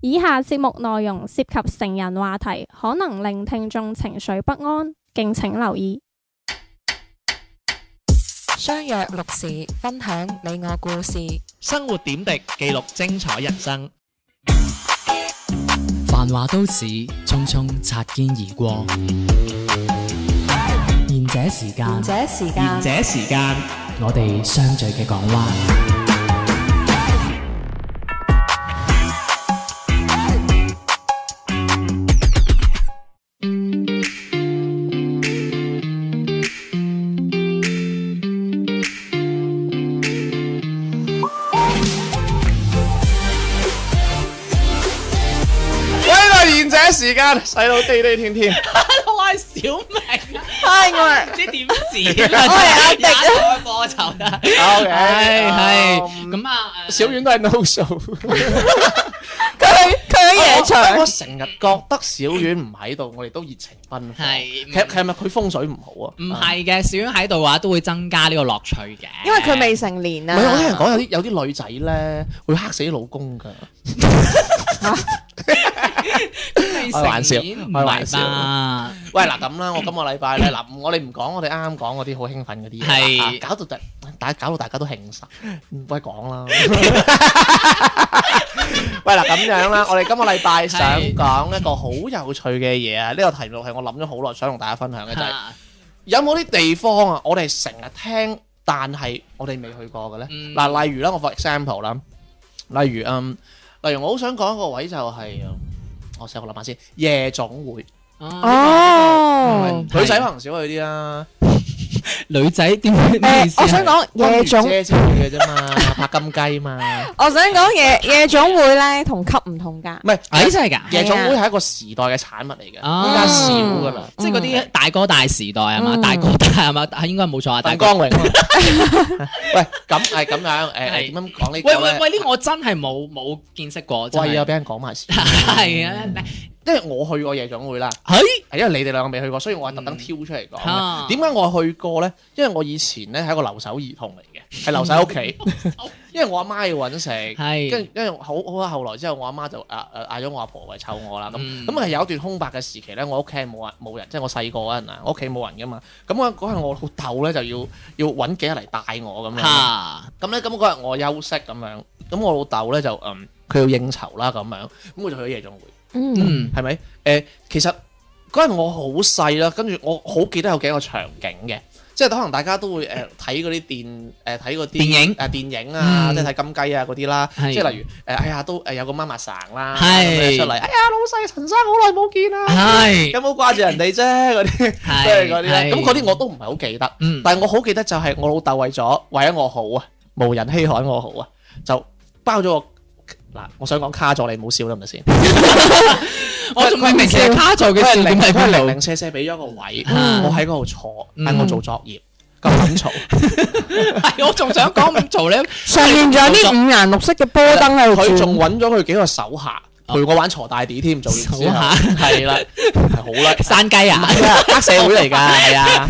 以下節目內容涉及成人話題，可能令聽眾情緒不安，敬請留意。相約六時，分享你我故事。生活點滴，記錄精彩人生。繁華都市，匆匆擦肩而過。賢者時間，者時賢者時間，我哋相聚嘅港灣。喂，嚟賢者時間，洗到地地天天。我係小明，嗨，我係唔知點 止啦，我係阿迪 啊開波就得， O 係 K，係咁啊，誒小。丸都係 no show。佢去佢喺夜場我成日覺得小丸唔喺度，我哋都熱情奔放。係嗯其實其實咪佢風水唔好啊？唔係嘅，小丸喺度嘅話都會增加呢個樂趣嘅。因為佢未成年唔係，我聽人啊。講有啲有啲女仔咧會黑死老公㗎。未開玩笑成年，唔開玩係笑吧？喂，嗱咁啦，我今個禮拜咧，嗱，我哋唔講我哋啱啱講嗰啲好興奮嗰啲嘢啦，係啊搞到大大搞到大家都興晒，唔該講啦。喂，嗱咁樣啦，我哋今個禮拜想講一個好有趣嘅嘢啊！呢個題目係我諗咗好耐，想同大家分享嘅就係啊有冇啲地方啊，我哋成日聽，但係我哋未去過嘅咧。嗯嗱，例如啦，我 for example 啦，例如嗯，例如我好想講一個位就係，我成日諗下先，夜總會。哦，哦，女仔可能少去啲啦，女仔點會咩誒，意思啊？我想講夜總，姐先去嘅啫嘛， 拍金雞嘛，我想講夜夜總會咧同級唔同㗎。唔係誒真係㗎，夜總會係一個時代嘅產物嚟嘅，啊依家少㗎啦，即係嗰啲大哥大時代係嘛？嗯大哥大係嘛？應該冇錯啊，大鄧哥。光 榮。 喂，咁係咁樣，誒係點樣講呢個喂咧？喂喂，呢個我真係冇冇見識過，真喂，又係。俾人講埋先，係啊，因為我去過夜總會啦，係係因為你哋兩個未去過，所以我係特登挑出嚟講嘅。啊點解我去過咧？因為我以前咧係一個留守兒童嚟嘅，係留守喺屋 企， 因為我阿媽要揾食。係跟住跟住好好啦，後來之後我阿媽就啊啊嗌咗我阿婆嚟湊我啦，咁嗯咁係有一段空白嘅時期咧，我屋企係冇人冇人，即係我細個嗰陣啊，我屋企冇人噶嘛，咁我嗰日我老豆咧就要要揾幾日嚟帶我咁樣，嚇咁咧咁嗰日我休息咁樣，咁我老豆咧就嗯佢要應酬啦咁樣，咁我就去咗夜總會，嗯，嗯係咪？誒、其實嗰日我好細啦，跟住我好記得有幾個場景嘅。即係可能大家都會誒呃睇嗰啲電誒睇嗰啲電影誒電影啊，嗯即係睇金雞啊嗰啲啦，係即係例如誒，哎呀都誒有個媽媽生啦，係咁樣出嚟，哎呀老細陳生好耐冇見啦，係有冇掛住人哋啫嗰啲， 即係係嗰啲咧。咁嗰啲我都唔係好記得，嗯但係我好記得就係我老豆為咗為咗我好啊，無人稀罕我好啊，就包咗個嗱，我想講卡咗你，唔好笑得唔得先？我仲未明其實卡座嘅佢係笑點零係佢係零邊度？零舍舍俾咗個位，嗯我喺嗰度坐，嗯但我做作業咁 撚嘈。係我仲想講咁做咧，上面仲有啲五顏六色嘅波燈喺度佢仲轉。揾咗佢幾個手下陪我玩鋤大 D 添，做完之後手下係啦，係好 啦。山雞啊！係啊，黑社會嚟㗎，係 啊，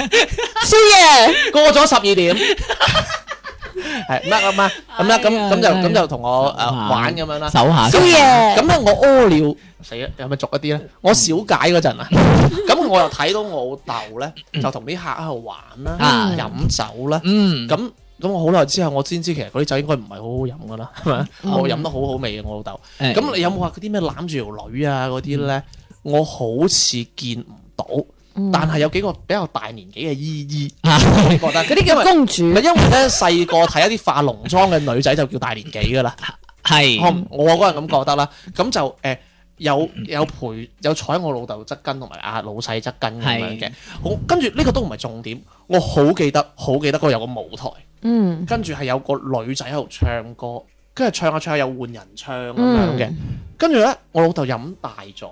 宵夜，過咗十二點，係乜咁啊？咁啦，咁哎呀咁真就係咁就同我手誒下玩咁樣啦。手下宵夜。咁咧啊我屙尿死啦，有咪俗一啲咧？我小解嗰 陣啊，咁我又睇到我老豆咧，就同啲客喺度玩啦啊、飲酒啦，嗯咁。咁我好耐之後，我先知其實嗰啲酒應該唔係好好飲噶啦，係咪？嗯我飲得好好味嘅我老豆。誒咁你有冇話嗰啲咩攬住條女啊嗰啲咧？嗯我好似見唔到，但係有幾個比較大年紀嘅姨姨，啊 我覺嗯得嗰啲因為公唔主係因為咧細個睇一啲化濃妝嘅女仔就叫大年紀噶啦， 我係唔我嗰陣咁覺得啦，咁就誒。有有陪有坐喺我老豆側跟同埋阿老細側跟咁樣嘅，好跟住呢個都唔係重點，我好記得好記得嗰個有個舞台，嗯，跟住係有個女仔喺度唱歌，跟住唱下唱下又換人唱咁樣嘅。跟住咧，我老豆飲大咗，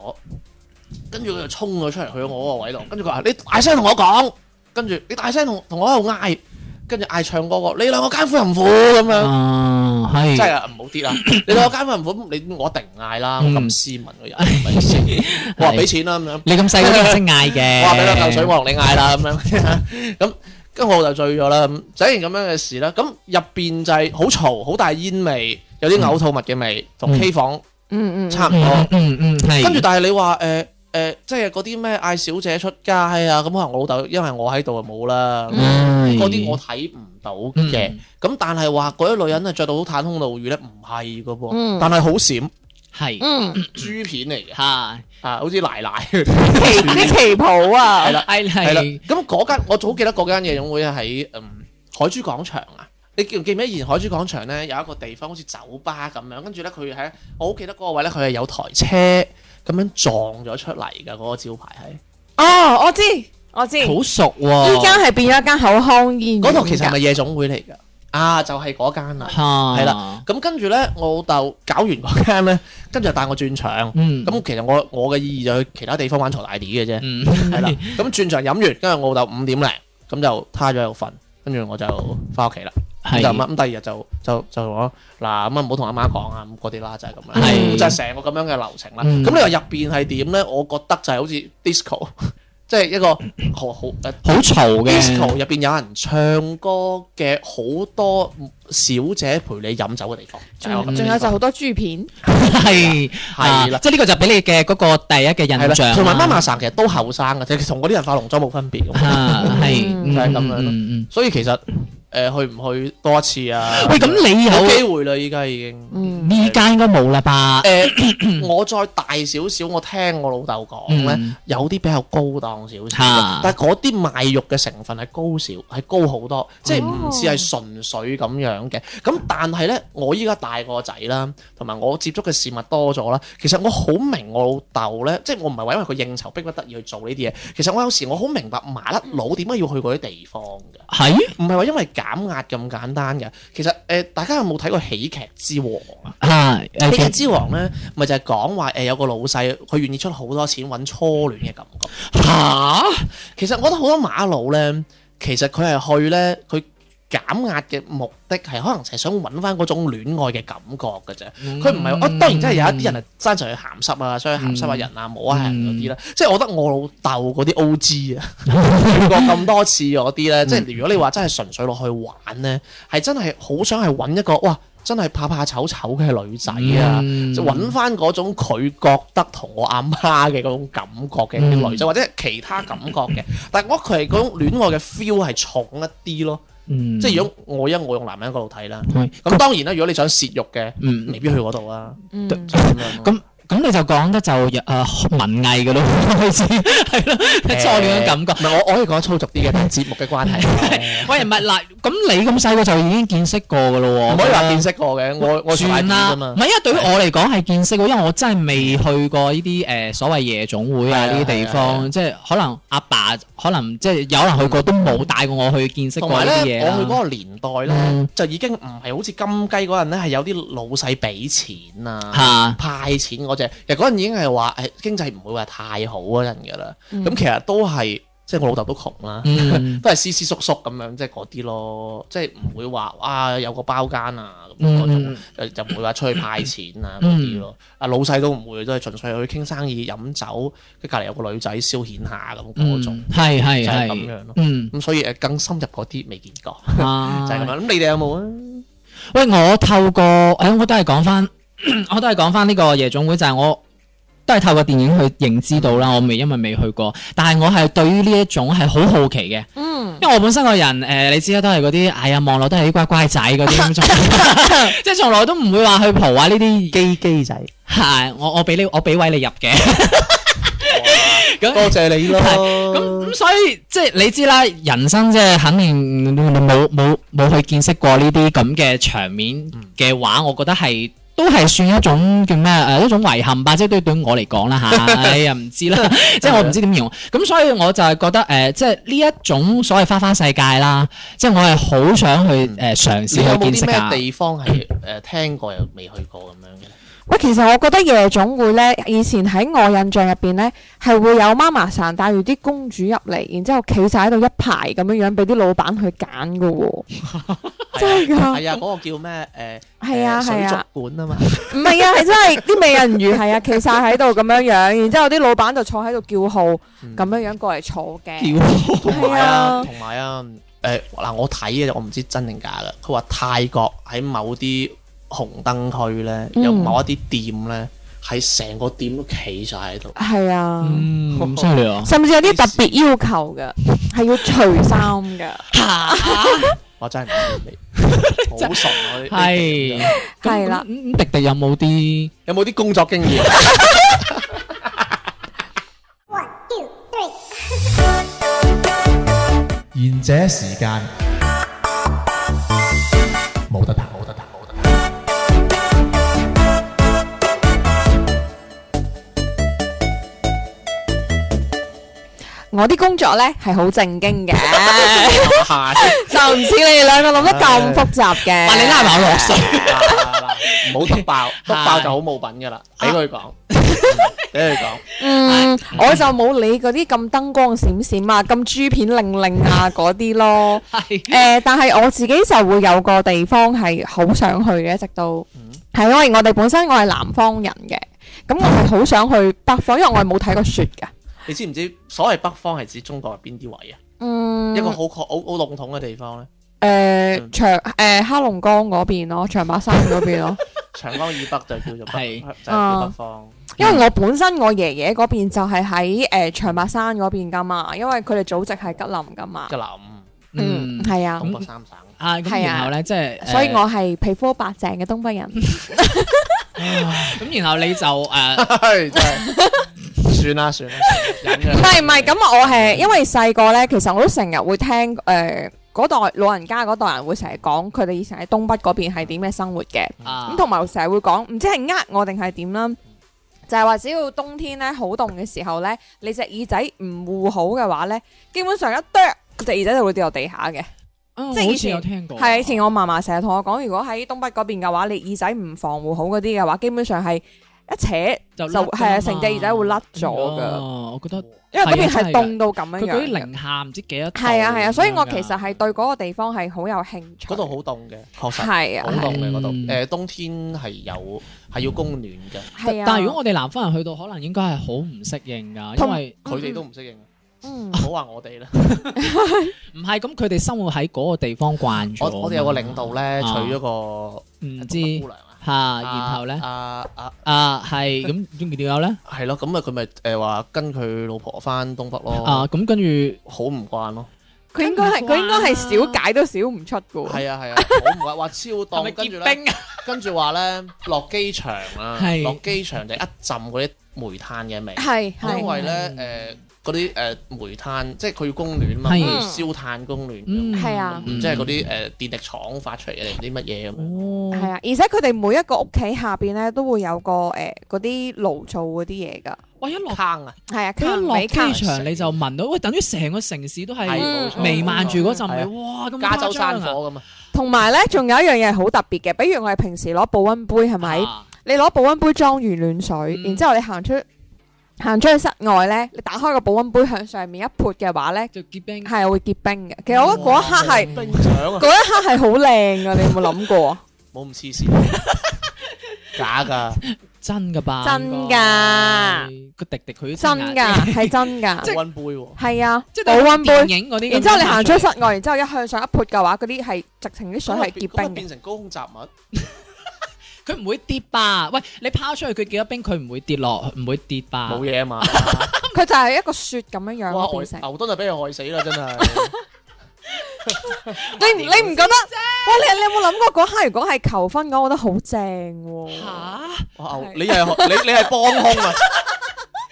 跟住佢就衝咗出嚟去咗我嗰個位度，跟住佢話：你大聲同我講，跟住你大聲同同我喺度嗌，跟住嗌唱歌個，你兩個奸夫淫婦咁樣。啊係真係啊，唔好啲啦！你兩個奸夫淫婦，你我一定嗌啦！我咁斯文嘅人，係咪先我話俾錢啦咁樣，你咁 細個都唔識嗌嘅，我話俾兩嚿水我同你嗌啦咁樣， 咁跟住我就醉咗啦，咁整完咁樣嘅事啦，咁入邊就係好嘈，好大煙味，有啲嘔吐物嘅味，同嗯 K 房嗯嗯，差唔嗯多。嗯嗯，係。跟住但係你話誒誒，即係嗰啲咩嗌小姐出街啊，咁可能我老豆因為我喺度就冇啦。咁唉嗰啲我睇唔到嘅。嗯咁但係話嗰啲女人啊着到坦胸露乳咧，唔係噶嗯噃，但係好閃， 係嗯，豬片嚟嘅嚇啊，好似奶奶。旗啲旗袍啊，係啦係係啦係，咁嗰間我好記得嗰間夜總會喺嗯海珠廣場啊。你記唔記唔記得以前海珠廣場咧有一個地方好似酒吧咁樣，跟住咧佢喺我好記得嗰個位咧，佢係有台車咁樣撞咗出嚟㗎，嗰、個招牌係。哦，我知我知，好熟依喎。家係變咗一間口腔醫院㗎，嗰度其實係咪夜總會嚟㗎？啊，就係嗰間啦。係係啦，咁跟住咧，我老豆搞完嗰間咧，跟住就帶我轉場。嗯，咁其實我我嘅意義就去其他地方玩嘈大啲嘅啫。嗯係啦，咁轉場飲完，跟住我老豆五點零咁就趴咗喺度瞓，跟住我就翻屋企啦。咁就咁啦係咁第二日就就就我嗱咁啊，唔好同阿媽講啊，咁嗰啲啦就係咁啦，係咁就係成個咁樣嘅流程啦。咁嗯你話入邊係點咧？我覺得就係好似 disco，即 係一個好好誒好嘈嘅 disco 入邊有人唱歌嘅好多小姐陪你飲酒嘅地方，就係我咁仲有就好多豬片，係係啦啊即係呢個就俾你嘅嗰個第一嘅係印啦，象。同埋媽媽生其實都後生嘅，即係同嗰啲人化濃妝冇分別咁。啊，係嗯就係咁樣咯嗯嗯嗯所以其實誒、呃去唔去多一次啊？喂，咁你有機有會啦，依家已經。嗯呢家應該冇啦吧？誒， 我再大少少，我聽我老豆講咧，嗯有啲比較高檔少少嘅嚇，但係嗰啲賣肉嘅成分係高少，係高好多，即係哦唔似係純粹咁樣嘅。咁但係咧，我依家大個仔啦，同埋我接觸嘅事物多咗啦，其實我好明我老豆咧，即係我唔係話因為佢應酬逼不得已去做呢啲嘢，其實我有時我好明白麻甩佬點解要去嗰啲地方嘅。係唔係話因為減壓咁簡單嘅，其實誒、呃大家有冇睇過喜劇之王啊？啊，誒喜劇之王咧，咪就係講話誒呃有個老細，佢願意出好多錢揾初戀嘅感覺。嚇其實我覺得好多馬佬咧，其實佢係去咧，佢減壓嘅目的係可能就係想揾翻嗰種戀愛嘅感覺嘅啫。佢唔係嗯話，我當然真係有一啲人係爭上去鹹濕啊，想去鹹濕下人啊，摸下人嗰啲啦。嗯即係我覺得我老豆嗰啲 O.G. 啊，見過咁多次嗰啲嗯咧，即係如果你話真係純粹落去玩咧，係真係好想係揾一個哇，真係怕怕醜醜嘅女仔啊！嗯就揾翻嗰種佢覺得同我阿媽嘅嗰種感覺嘅嗯女仔，或者係其他感覺嘅。 但係我覺得佢係嗰種戀愛嘅 feel 係重一啲咯。嗯即係如果我因為我用男人角度睇啦，係咁當然啦，如果你想泄欲嘅，嗯未必去嗰度啊。嗯就係咁樣咯咁咁你就講得就誒、呃文藝嘅咯， 開始係 咯，初戀嘅感覺。唔係我我可以講得粗俗啲嘅，但係節目嘅 關係，喂，唔係嗱，咁你咁細個就已經見識過嘅咯喎，唔可以話見識過嘅。我我大算啲啦，啫唔嘛係，因為對於我嚟講係見識喎，因為我真係未去過呢啲誒所謂夜總會啊係啊呢啲地係方，即係可能阿爸可能即係有可能去過都冇帶過我去見識同過埋呢啲咧，嘢啦我去嗰個年代咧嗯，就已經唔係好似金雞嗰陣咧，係有啲老細俾錢啊。嚇派錢嗰只，其實嗰陣已經係話誒經濟唔會話太好嗰陣㗎啦。咁、其實都係即係我老豆都窮啦， 嗯都係斯斯縮縮咁樣，即係嗰啲咯，即係唔會話啊有個包間啊咁嗯嗰種嗯，誒就唔會話出去派錢啊嗰啲咯。啊老細都唔會，都係純粹去傾生意、飲酒，跟住隔離有個女仔消遣下咁嗰種。嗯係係就係係咁樣咯 嗯咁所以誒更深入嗰啲未見過，啊就係咁樣。咁你哋有冇啊？喂，我透過誒、我都係講翻， 我都係講翻呢個夜總會，就係、我都係透過電影去認知到啦。我未因為未去過，但係我係對於呢一種係好好奇嘅，嗯因為我本身個人誒、你知啦，都係嗰啲哎呀望落都係啲乖乖仔嗰啲咁，從 即係從來都唔會話去蒲啊呢啲。基基仔，係我我俾你我俾位你入嘅，咁多謝你咯。咁咁所以即係你知啦，人生即係肯定你冇冇冇去見識過呢啲咁嘅場面嘅話，我覺得係。都係算一種叫咩誒、一種遺憾吧，即係對對我嚟講啦嚇，哎呀唔知啦，即係我唔知點形容。咁所以我就係覺得誒、即係呢一種所謂花花世界啦，即係我係好想去誒、嘗試你有去冇見識啲㗎咩。地方係誒聽過又未去過咁樣嘅？喂，其實我覺得夜總會咧，以前喺我印象入邊咧，係會有媽媽神帶住啲公主入嚟，然之後企晒喺度一排咁樣樣，俾啲老闆去揀噶喎， 真係㗎，係啊，嗰個叫咩誒？係啊誒係啊。水族館啊嘛，唔係 啊，係真係啲美人魚係啊，企晒喺度咁樣樣，然之後啲老闆就坐喺度叫號咁樣樣過嚟坐嘅。同係埋啊啊，同埋啊，誒嗱，我睇嘅我唔知真定假啦。佢話泰國喺某啲紅燈區咧，嗯有某一啲店咧，喺成個店都企晒喺度。係啊，嗯，咁犀利啊！甚至有啲特別要求噶，係要除衫噶。我真係唔知你，好傻啊！呢呢係係啦咁咁咁迪迪有冇啲？有冇啲工作經驗？ One, two, three. 賢者時間冇得彈，冇得彈，冇得彈。我啲工作咧係好正經嘅，下先，就唔似你哋兩個諗得咁複雜嘅。哇！你拉埋我落水，嗱唔好篤爆，篤爆就好冇品噶啦。俾佢講，嗯俾佢講。嗯，我就冇你嗰啲咁燈光閃閃啊，咁珠片令令啊嗰啲咯。誒、係但係我自己就會有個地方係好想去嘅，一直都係、因為我哋本身我係南方人嘅，咁我係好想去北方，因為我係冇睇過雪㗎。你知唔知所謂北方係指中國係邊啲位啊？嗯，一個好確好好籠統嘅地方咧，誒長誒黑龍江嗰邊咯，長白山嗰邊咯，長江以北就叫做北，係啊就叫北方。因為我本身我爺爺嗰邊就係喺誒長白山嗰邊㗎嘛，因為佢哋祖籍係吉林㗎嘛吉。林、嗯，係啊東，北三省，啊，咁係啊然後咧，即係，所以誒我係皮膚白淨嘅東北人。咁，然後你 就誒，唉真係算啦算啦，算啦忍唔咗係唔係，咁我係因為細個咧，其實我都成日會聽誒呃嗰、代老人家嗰代人會成日講佢哋以前喺東北嗰邊係點嘅生活嘅，啊咁同埋成日會講唔知係呃我定係點啦，就係話只要冬天咧好凍嘅時候咧，你隻耳仔唔護好嘅話咧，基本上一啄隻耳仔就會跌落地下嘅。啊即係我以好似前有聽過，係以前我嫲嫲成日同我講，如果喺東北嗰邊嘅話，你耳仔唔防護好嗰啲嘅話，基本上係一扯就就係啊，成隻耳仔會甩咗㗎，哦，我覺得因為嗰邊係啊真係係凍到咁樣佢樣嗰啲嘅。零下唔知幾多度咁樣㗎，係啊係啊，所以我其實係對嗰個地方係好有興趣。嗰度好凍嘅，確實係啊好凍嘅嗰度。嗯誒冬天係有係要供暖嘅，係啊，但係如果我哋南方人去到，可能應該係好唔適應㗎，因同為佢哋都唔適應，嗯唔好話我啊哋啦。唔係咁，佢哋生活喺嗰個地方慣咗。我我哋有個領導咧，啊娶咗個唔獨立知姑娘啊，嚇，然後咧啊啊啊係咁，仲點有咧係咯，咁啊佢咪誒話跟佢老婆翻東北啊咯，咁跟住好唔慣咯。佢應該係咁唔慣佢應該係少解都少唔出嘅喎。係啊係啊，好唔慣，話超係咪凍，跟住結咧，冰啊？ 跟住話咧落機場啊係，落機場就一浸嗰啲煤炭嘅味，係係因為咧誒嗰啲誒煤炭，即係佢要供暖嘛，係佢要燒炭供暖㗎嘛。嗯係啊即係嗰啲誒電力廠發出嚟嘅定唔知乜嘢咁樣。哦係啊，而且佢哋每一個屋企下邊咧都會有個誒嗰啲爐灶嗰啲嘢㗎。哇一落坑啊，係啊，一佢落美卡機場你就聞到，喂等於成個城市都係係冇錯瀰漫住嗰陣味，係哇咁加州誇張啊山火咁啊，同埋咧，仲有一樣嘢係好特別嘅，比如我哋平時攞保温杯係咪？啊你攞保温杯裝完暖水，嗯然之後你行出行出去室外咧，你打開個保温杯向上面一潑嘅話咧，就結冰。係會結冰嘅。其實我覺得嗰一刻係冰獎啊，嗰一刻係好靚啊㗎，你有冇諗過？冇咁黐線，假㗎。真噶吧？真㗎應該，個迪迪佢都真親眼㗎， 係真 即係㗎，温杯喎，係啊即係，保温電杯。影嗰啲咁樣。然之後你行出室外，然之後一向上一潑嘅話，嗰啲係直情啲水係咁咪結冰嘅變。成高空雜物。佢唔會跌吧？喂，你拋出去佢幾多冰，佢唔會跌落，唔會跌吧？冇嘢啊嘛，佢就係一個雪咁樣樣哇！咯變成。牛頓就俾佢害死啦，真係。 你唔你唔覺得？哇！你你有冇諗過嗰刻如果係求婚嘅話，我覺得好正喎。嚇！哇！牛係你係你你係幫兇啊！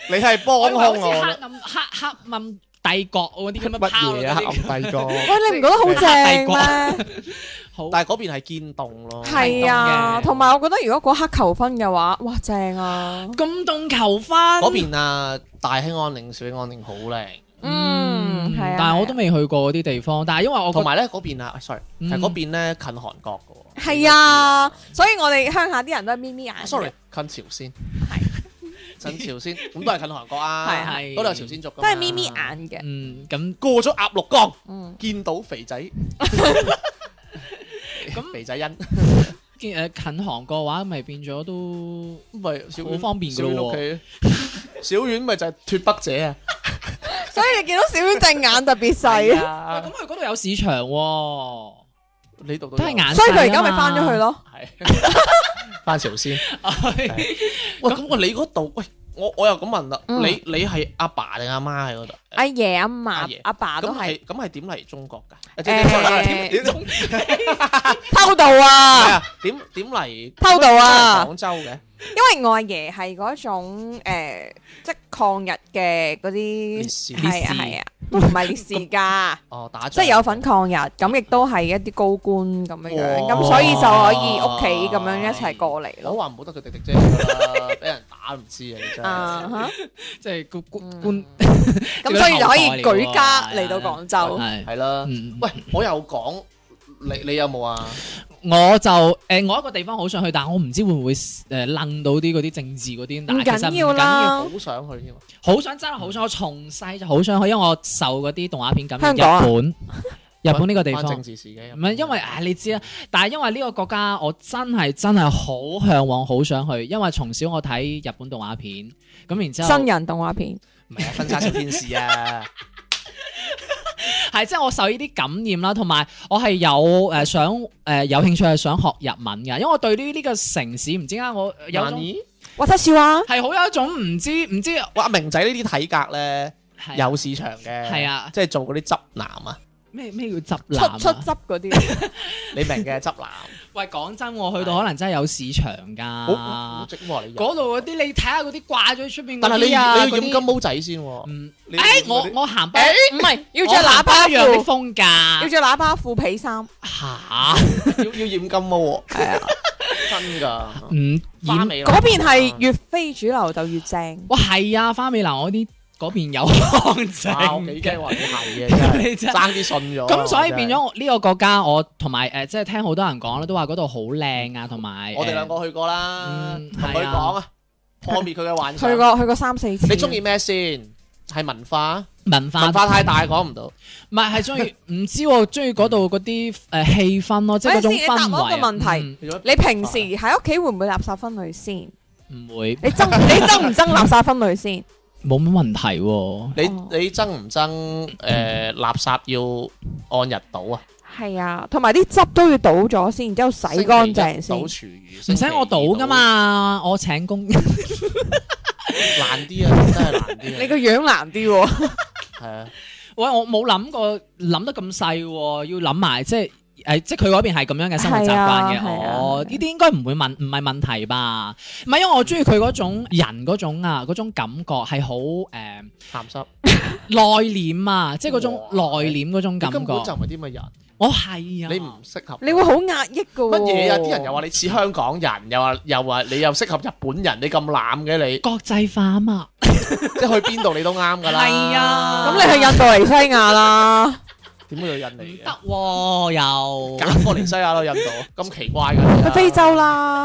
你係幫我以為好兇似我黑覺得。暗黑黑暗帝國嗰啲咁樣乜拋嘢落嗰啊？啲黑暗帝國。喂，你唔覺得好正係咩？好但係嗰邊係堅凍咯。係係啊，凍嘅同埋我覺得如果嗰刻求婚嘅話，哇，正啊！咁凍求婚嗰邊啊，大興安嶺、小興安嶺好靚，Ừ, 嗯，係啊。但係我都未去過嗰啲地方，但係因為我同覺埋咧嗰邊啊，sorry，à, 嗯係嗰邊咧近韓國嘅喎。係啊，所以我哋鄉下啲人都係眯眯眼嘅。À, ，sorry，近朝鮮。 係。近朝鮮，咁都係近韓國啊。係係嗰度有朝鮮族㗎嘛。都係眯眯眼嘅。嗯咁過咗鴨綠江，嗯，見到肥仔。咁肥仔欣。見誒近韓國嘅話，咪變咗都咪小好方便㗎喎喎。 小丸咪就係脱北者啊！所以你見到小丸隻眼特別細。啊喂咁佢嗰度有市場喎，你讀到都係 眼所以佢而家咪翻咗去咯。咯。係翻朝 先。喂，咁我你嗰度，喂，我我又咁問啦，嗯你你係阿爸定阿媽喺嗰度？阿爺阿嫲爺阿爸咁都係係咁係點嚟中國誒 㗎？點點點偷渡啊，啊？點點嚟偷渡啊！廣州嘅？因為我阿爺係嗰種誒，即係抗日嘅嗰烈啲士係啊係啊，都唔係烈士 㗎，哦，打即仗係有份抗日，咁亦都係一啲高官咁樣樣，哇咁所以就可以屋企咁樣一齊過嚟我咯。話唔好得佢滴滴姐啦，俾人打唔知啊！你真啊係哈即係官官嗯 官咁所以就可以舉家嚟到廣州。係係啦。嗯喂，我又講你你有冇啊？我就誒、我一個地方好想去，但我唔知會唔會誒楞到啲嗰啲政治嗰啲，但係其實唔緊唔要啦好想去添啊！緊要，好想真係好想，我從細就好想去，因為我受嗰啲動畫片感染。香港啊日 本，日本呢個地關政方。治事嘅唔係因為唉、你知啦。但係因為呢個國家，我真係真係好向往，好想去。因為從小我睇日本動畫片，咁然之後新人動畫片，唔係啊，婚紗小天使啊，係即係我受呢啲感染啦，同埋我係有誒、呃想誒、呃有興趣係想學日文嘅，因為我對呢呢個城市唔知點解我有種咦？我睇笑啊！係好有一種唔知唔知哇，明仔呢啲體格咧係有市場嘅，係啊即係做嗰啲執男啊，咩咩叫執出男啊出汁嗰 啲，你明嘅執男，喂，講真，我去到可能真係有市場好㗎。好正喎你。嗰度嗰啲你睇下嗰啲掛咗喺出邊但係嗰你你啲啊，要嗰染啲金毛仔先喎，嗯，你要誒染我嗰啲哎我行不唔係要我着行喇不叭一樣啲褲，風要㗎着喇叭褲皮衫，嚇，要要染金毛喎，係啊，真㗎。嗯，花染美男嗰邊係越非主流就越正。哇係啊，花美男嗰啲嗰邊 有抗爭哇！我幾驚話你係嘅，真係 你真係爭啲信咗。咁所以真係變咗我呢個國家，我同埋誒，即係聽好多人講啦，都話嗰度好靚啊，同埋嗯我哋兩誒個去過啦，嗯同佢係啊講啊，破滅佢嘅幻想。去過去過三四次。你中意？咩先？係文化，文嗯化文化太大講唔到。唔係係中意，唔知喎，中意嗰度嗰啲誒氣氛咯，即係嗰種等陣先你答氛我一個問圍啊。題你平時哦喺屋企會唔會垃圾分類先？ 你嗯唔會憎你憎唔憎垃圾分類先？冇乜問題喎。你哦你爭唔爭誒垃圾要按日倒啊？係啊，同埋啲汁都要倒咗先，然之後洗乾淨星期一先。倒廚餘，唔使我賭噶嘛，我請工。 星期二倒，難啲啊，真係難啲啊。 你個樣難啲喎， 係啊，喂，我冇諗過諗得咁細喎，要諗埋即係誒，即係佢嗰邊係咁樣嘅生活習慣係啊嘅。係啊哦，呢啲應該唔會問，唔係問題吧？唔係因為我中意佢嗰種人嗰種啊，嗰種感覺係好誒鹹濕內斂啊，即係嗰種內哇斂嗰種你感根本就覺。唔係啲乜人，我係啊，你唔適合。你會好壓抑噶喎。乜嘢啊？啲人又話你似香港人，又話又話你又適合日本人，你咁濫嘅你， 國際化啊嘛？即係去邊度你都啱㗎啦。係啊咁你去印度尼西亞啦， 點會去印唔尼得嘅？喎，又揀過尼西亞咯，印度咁奇怪㗎。去非洲，啊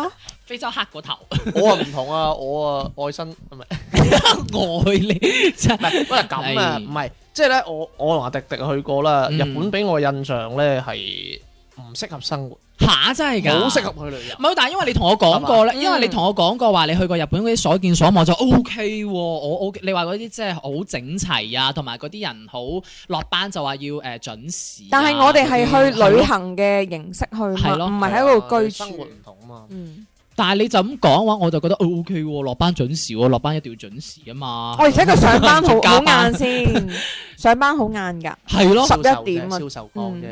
啦，非洲黑個 頭，我啊唔同啊，我啊愛新唔係愛你真唔係，喂 咁啊，係唔係即係咧，我我同阿迪迪去過啦，哎嗯日本俾我印象咧係唔適合生活，嚇真係㗎，好適合去旅遊唔。係，但係因為你同我講過咧，因為你同我講過話你去過日本嗰啲所見所望就 O K 喎，我 O 你話嗰啲即係好整齊啊，同埋嗰啲人好落班就話要誒準時啊。但係我哋係嗰去啲旅，行嘅形式去係咯嘛，唔係喺嗯係啊度居生活住。唔同啊嘛。嗯，但係你就咁講嘅話，我就覺得 O K 喎，落班準時喎，落班一定要準時啊嘛。哦我而且佢上班 好加好班晏先，上班好晏㗎。係咯， 11點啊銷售光啫。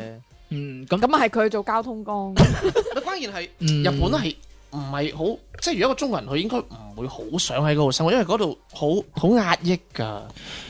嗯咁咁啊係佢做交通工。咁關鍵係嗯日本係唔係好？即係如果一個中國人，佢應該唔會好想喺嗰度生活，因為嗰度好好壓抑㗎。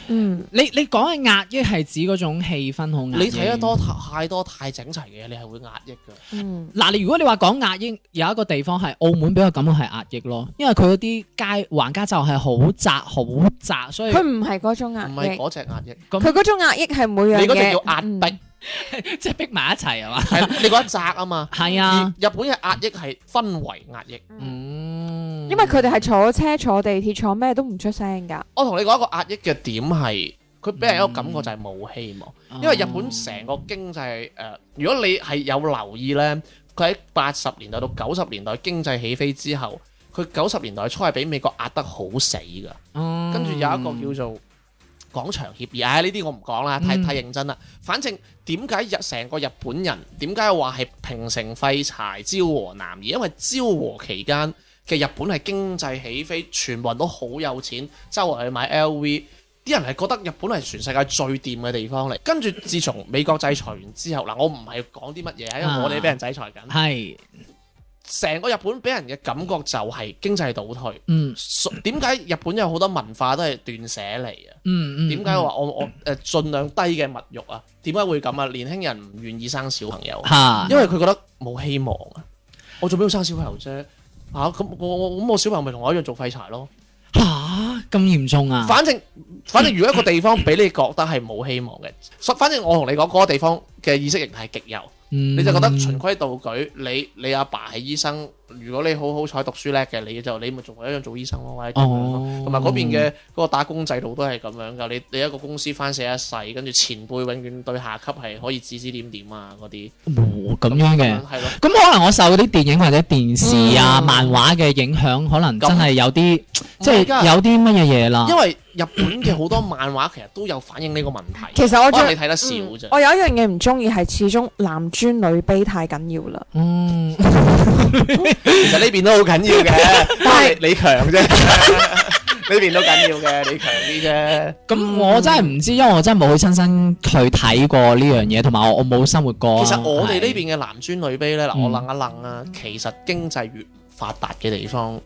嗯，你你講嘅壓抑係指嗰種氣氛好壓抑。你睇得多太多太整齊嘅嘢，你係會壓抑㗎。嗯，嗱，你如果你話講壓抑，有一個地方係澳門俾我感覺係壓抑咯，因為佢嗰啲街橫街就係好窄好窄，所以佢唔係嗰種壓嗯唔係抑，嗰只壓抑，佢嗰種壓抑係每啊樣嘢。你嗰只叫壓嗯迫， 即係逼埋一齊係嘛？係你嗰一窄啊嘛。係而啊，日本嘅壓抑係氛圍壓抑。嗯，因為佢哋係坐車、坐地鐵、坐咩都唔出聲㗎。我同你講一個壓抑嘅點係，佢俾人一個感覺就係冇希望，嗯因為日本成個經濟誒、呃如果你係有留意呢，佢喺八十年代到九十年代經濟起飛之後，佢九十年代初係俾美國壓得好死㗎，嗯跟住有一個叫做廣場協議，唉呢啲我唔講啦，太嗯太認真啦。反正點解日成個日本人點解話係平成廢柴、昭和男兒？因為昭和期間嘅日本係經濟起飛，全部人都好有錢，周圍去買 LV。啲人係覺得日本係全世界最掂嘅地方嚟，跟住自從美國制裁完之後，嗱我唔係講啲乜嘢，因為啊我哋俾人制裁緊，係，成個日本俾人嘅感覺就係經濟倒退。嗯所點解日本有好多文化都係斷捨離啊？嗯嗯，點解話我我誒盡量低嘅物欲啊？點解會咁啊？年輕人唔願意生小朋友，啊嚇？因為佢覺得冇希望啊！我做咩要生小朋友啫？嚇咁我我咁我小朋友咪同我一樣做廢柴咯。嚇咁嚴重啊？反正反正，如果一個地方俾你覺得係冇希望嘅，所反正我同你講嗰個地方嘅意識形態極右。你你就覺嗯得循規蹈矩，你你阿爸係醫生，如果你好好彩讀書叻嘅，你就你咪仲係一樣做醫生咯，或者做樣咯哦同埋嗰邊嘅嗰個打工制度都係咁樣噶，你你一個公司翻寫一世，跟住前輩永遠對下級係可以指指點點啊嗰啲，哦咁樣嘅。係咯，咁可能我受嗰啲電影或者電視啊、嗯漫畫嘅影響，可能咁真係有啲即唔係係㗎有啲乜嘢嘢啦。因為日本嘅好多漫畫其實都有反映呢個問題，其實我可能最你睇得少嗯啫。我有一樣嘢唔中意係始終男尊女卑太緊要啦。嗯，其實呢邊都好緊要嘅，但係但係你強啫， 呢邊都緊要嘅，你強啲啫。咁我真係唔知，因為我真係冇去親身去睇過呢樣嘢，同埋我我冇生活過啊。其實我哋呢係邊嘅男尊女卑呢，嗱嗯我楞一楞啊，其實經濟越唔發達嘅地方，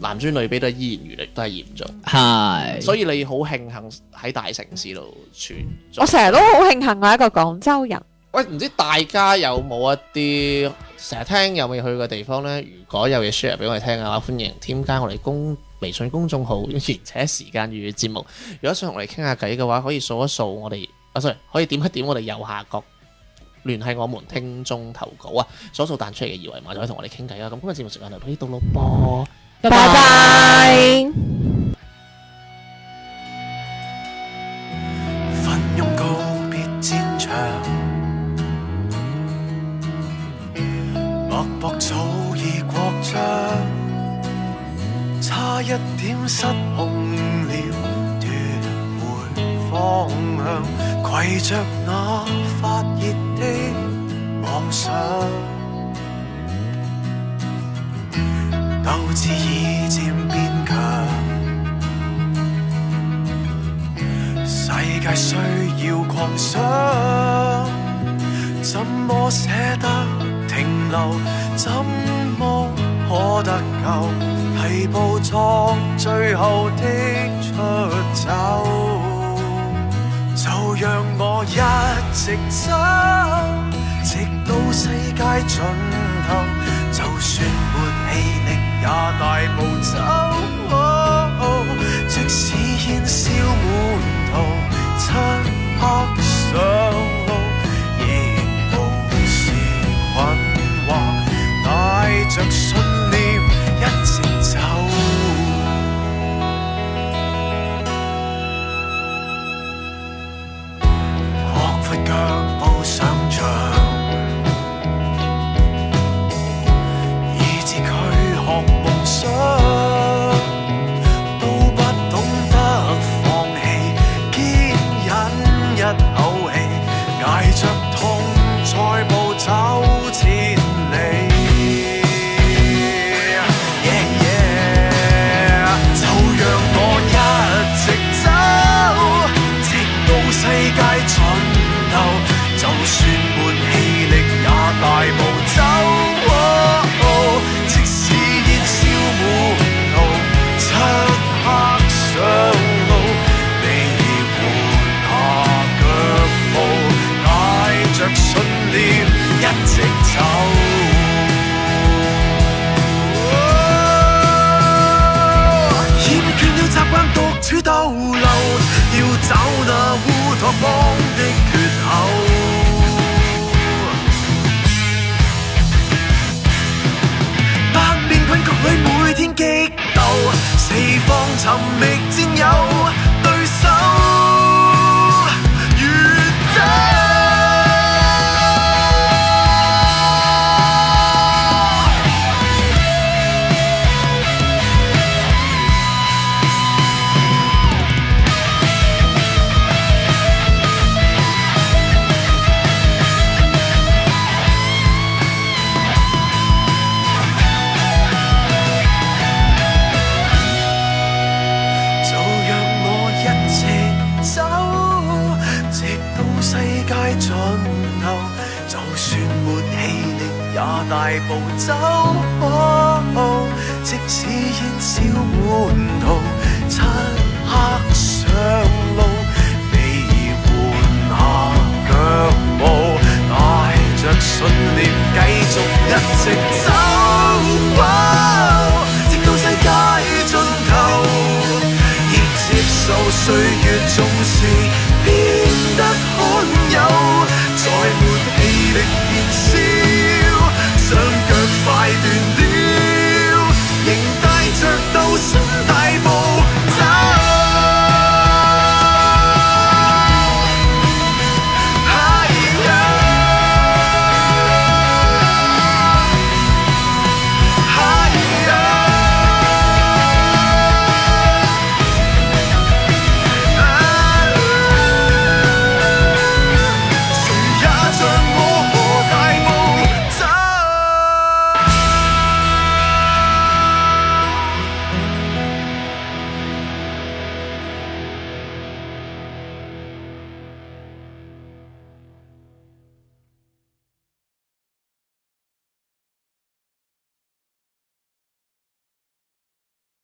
男尊女卑都依然越嚟都係嚴重，係，所以以你好慶幸喺大城市度存在。我成日都好慶幸我係一個廣州人，喂，唔知大家有冇一啲成日聽又未去嘅地方呢？如果有嘢 share 俾我哋聽嘅話，歡迎添加我哋公微信公眾號，而且時間與節目。如果想同我哋傾下偈嘅話，可以掃一掃我哋啊，sorry，可以點一點我哋右下角聯繫我們聽眾投稿啊，所掃彈出嚟嘅二維碼就可以同我哋傾偈啊啦。咁今日節目時間就到呢度咯噃。拜拜拜。奮勇告別戰場，脈搏早已擴張，差一點失控了，奪回方向，攜着那發熱的妄想，鬥志已漸變強。世界需要狂想，怎麼捨得停留？怎麼可得救？提步作最後的出走，就讓我一直走，直到世界盡頭。就算沒氣力也大步走，即使煙消滿途，漆黑上路，亦無視困惑，帶着信念一直走。擴闊腳步上場。以自軀學夢想，都不懂得放棄，堅忍一口氣，捱着痛再步走千里。Yeah, yeah，就讓我一直走，直到世界盡頭。就算沒氣力也大步走，哦即使煙消滿途，漆黑上路，你緩下腳步，帶着信念一直走。厭倦了習慣獨處逗留，要找那烏托邦的缺口。百面困局裏每天激鬥，四方尋覓戰友對手。越走大步走，哦哦即使煙消滿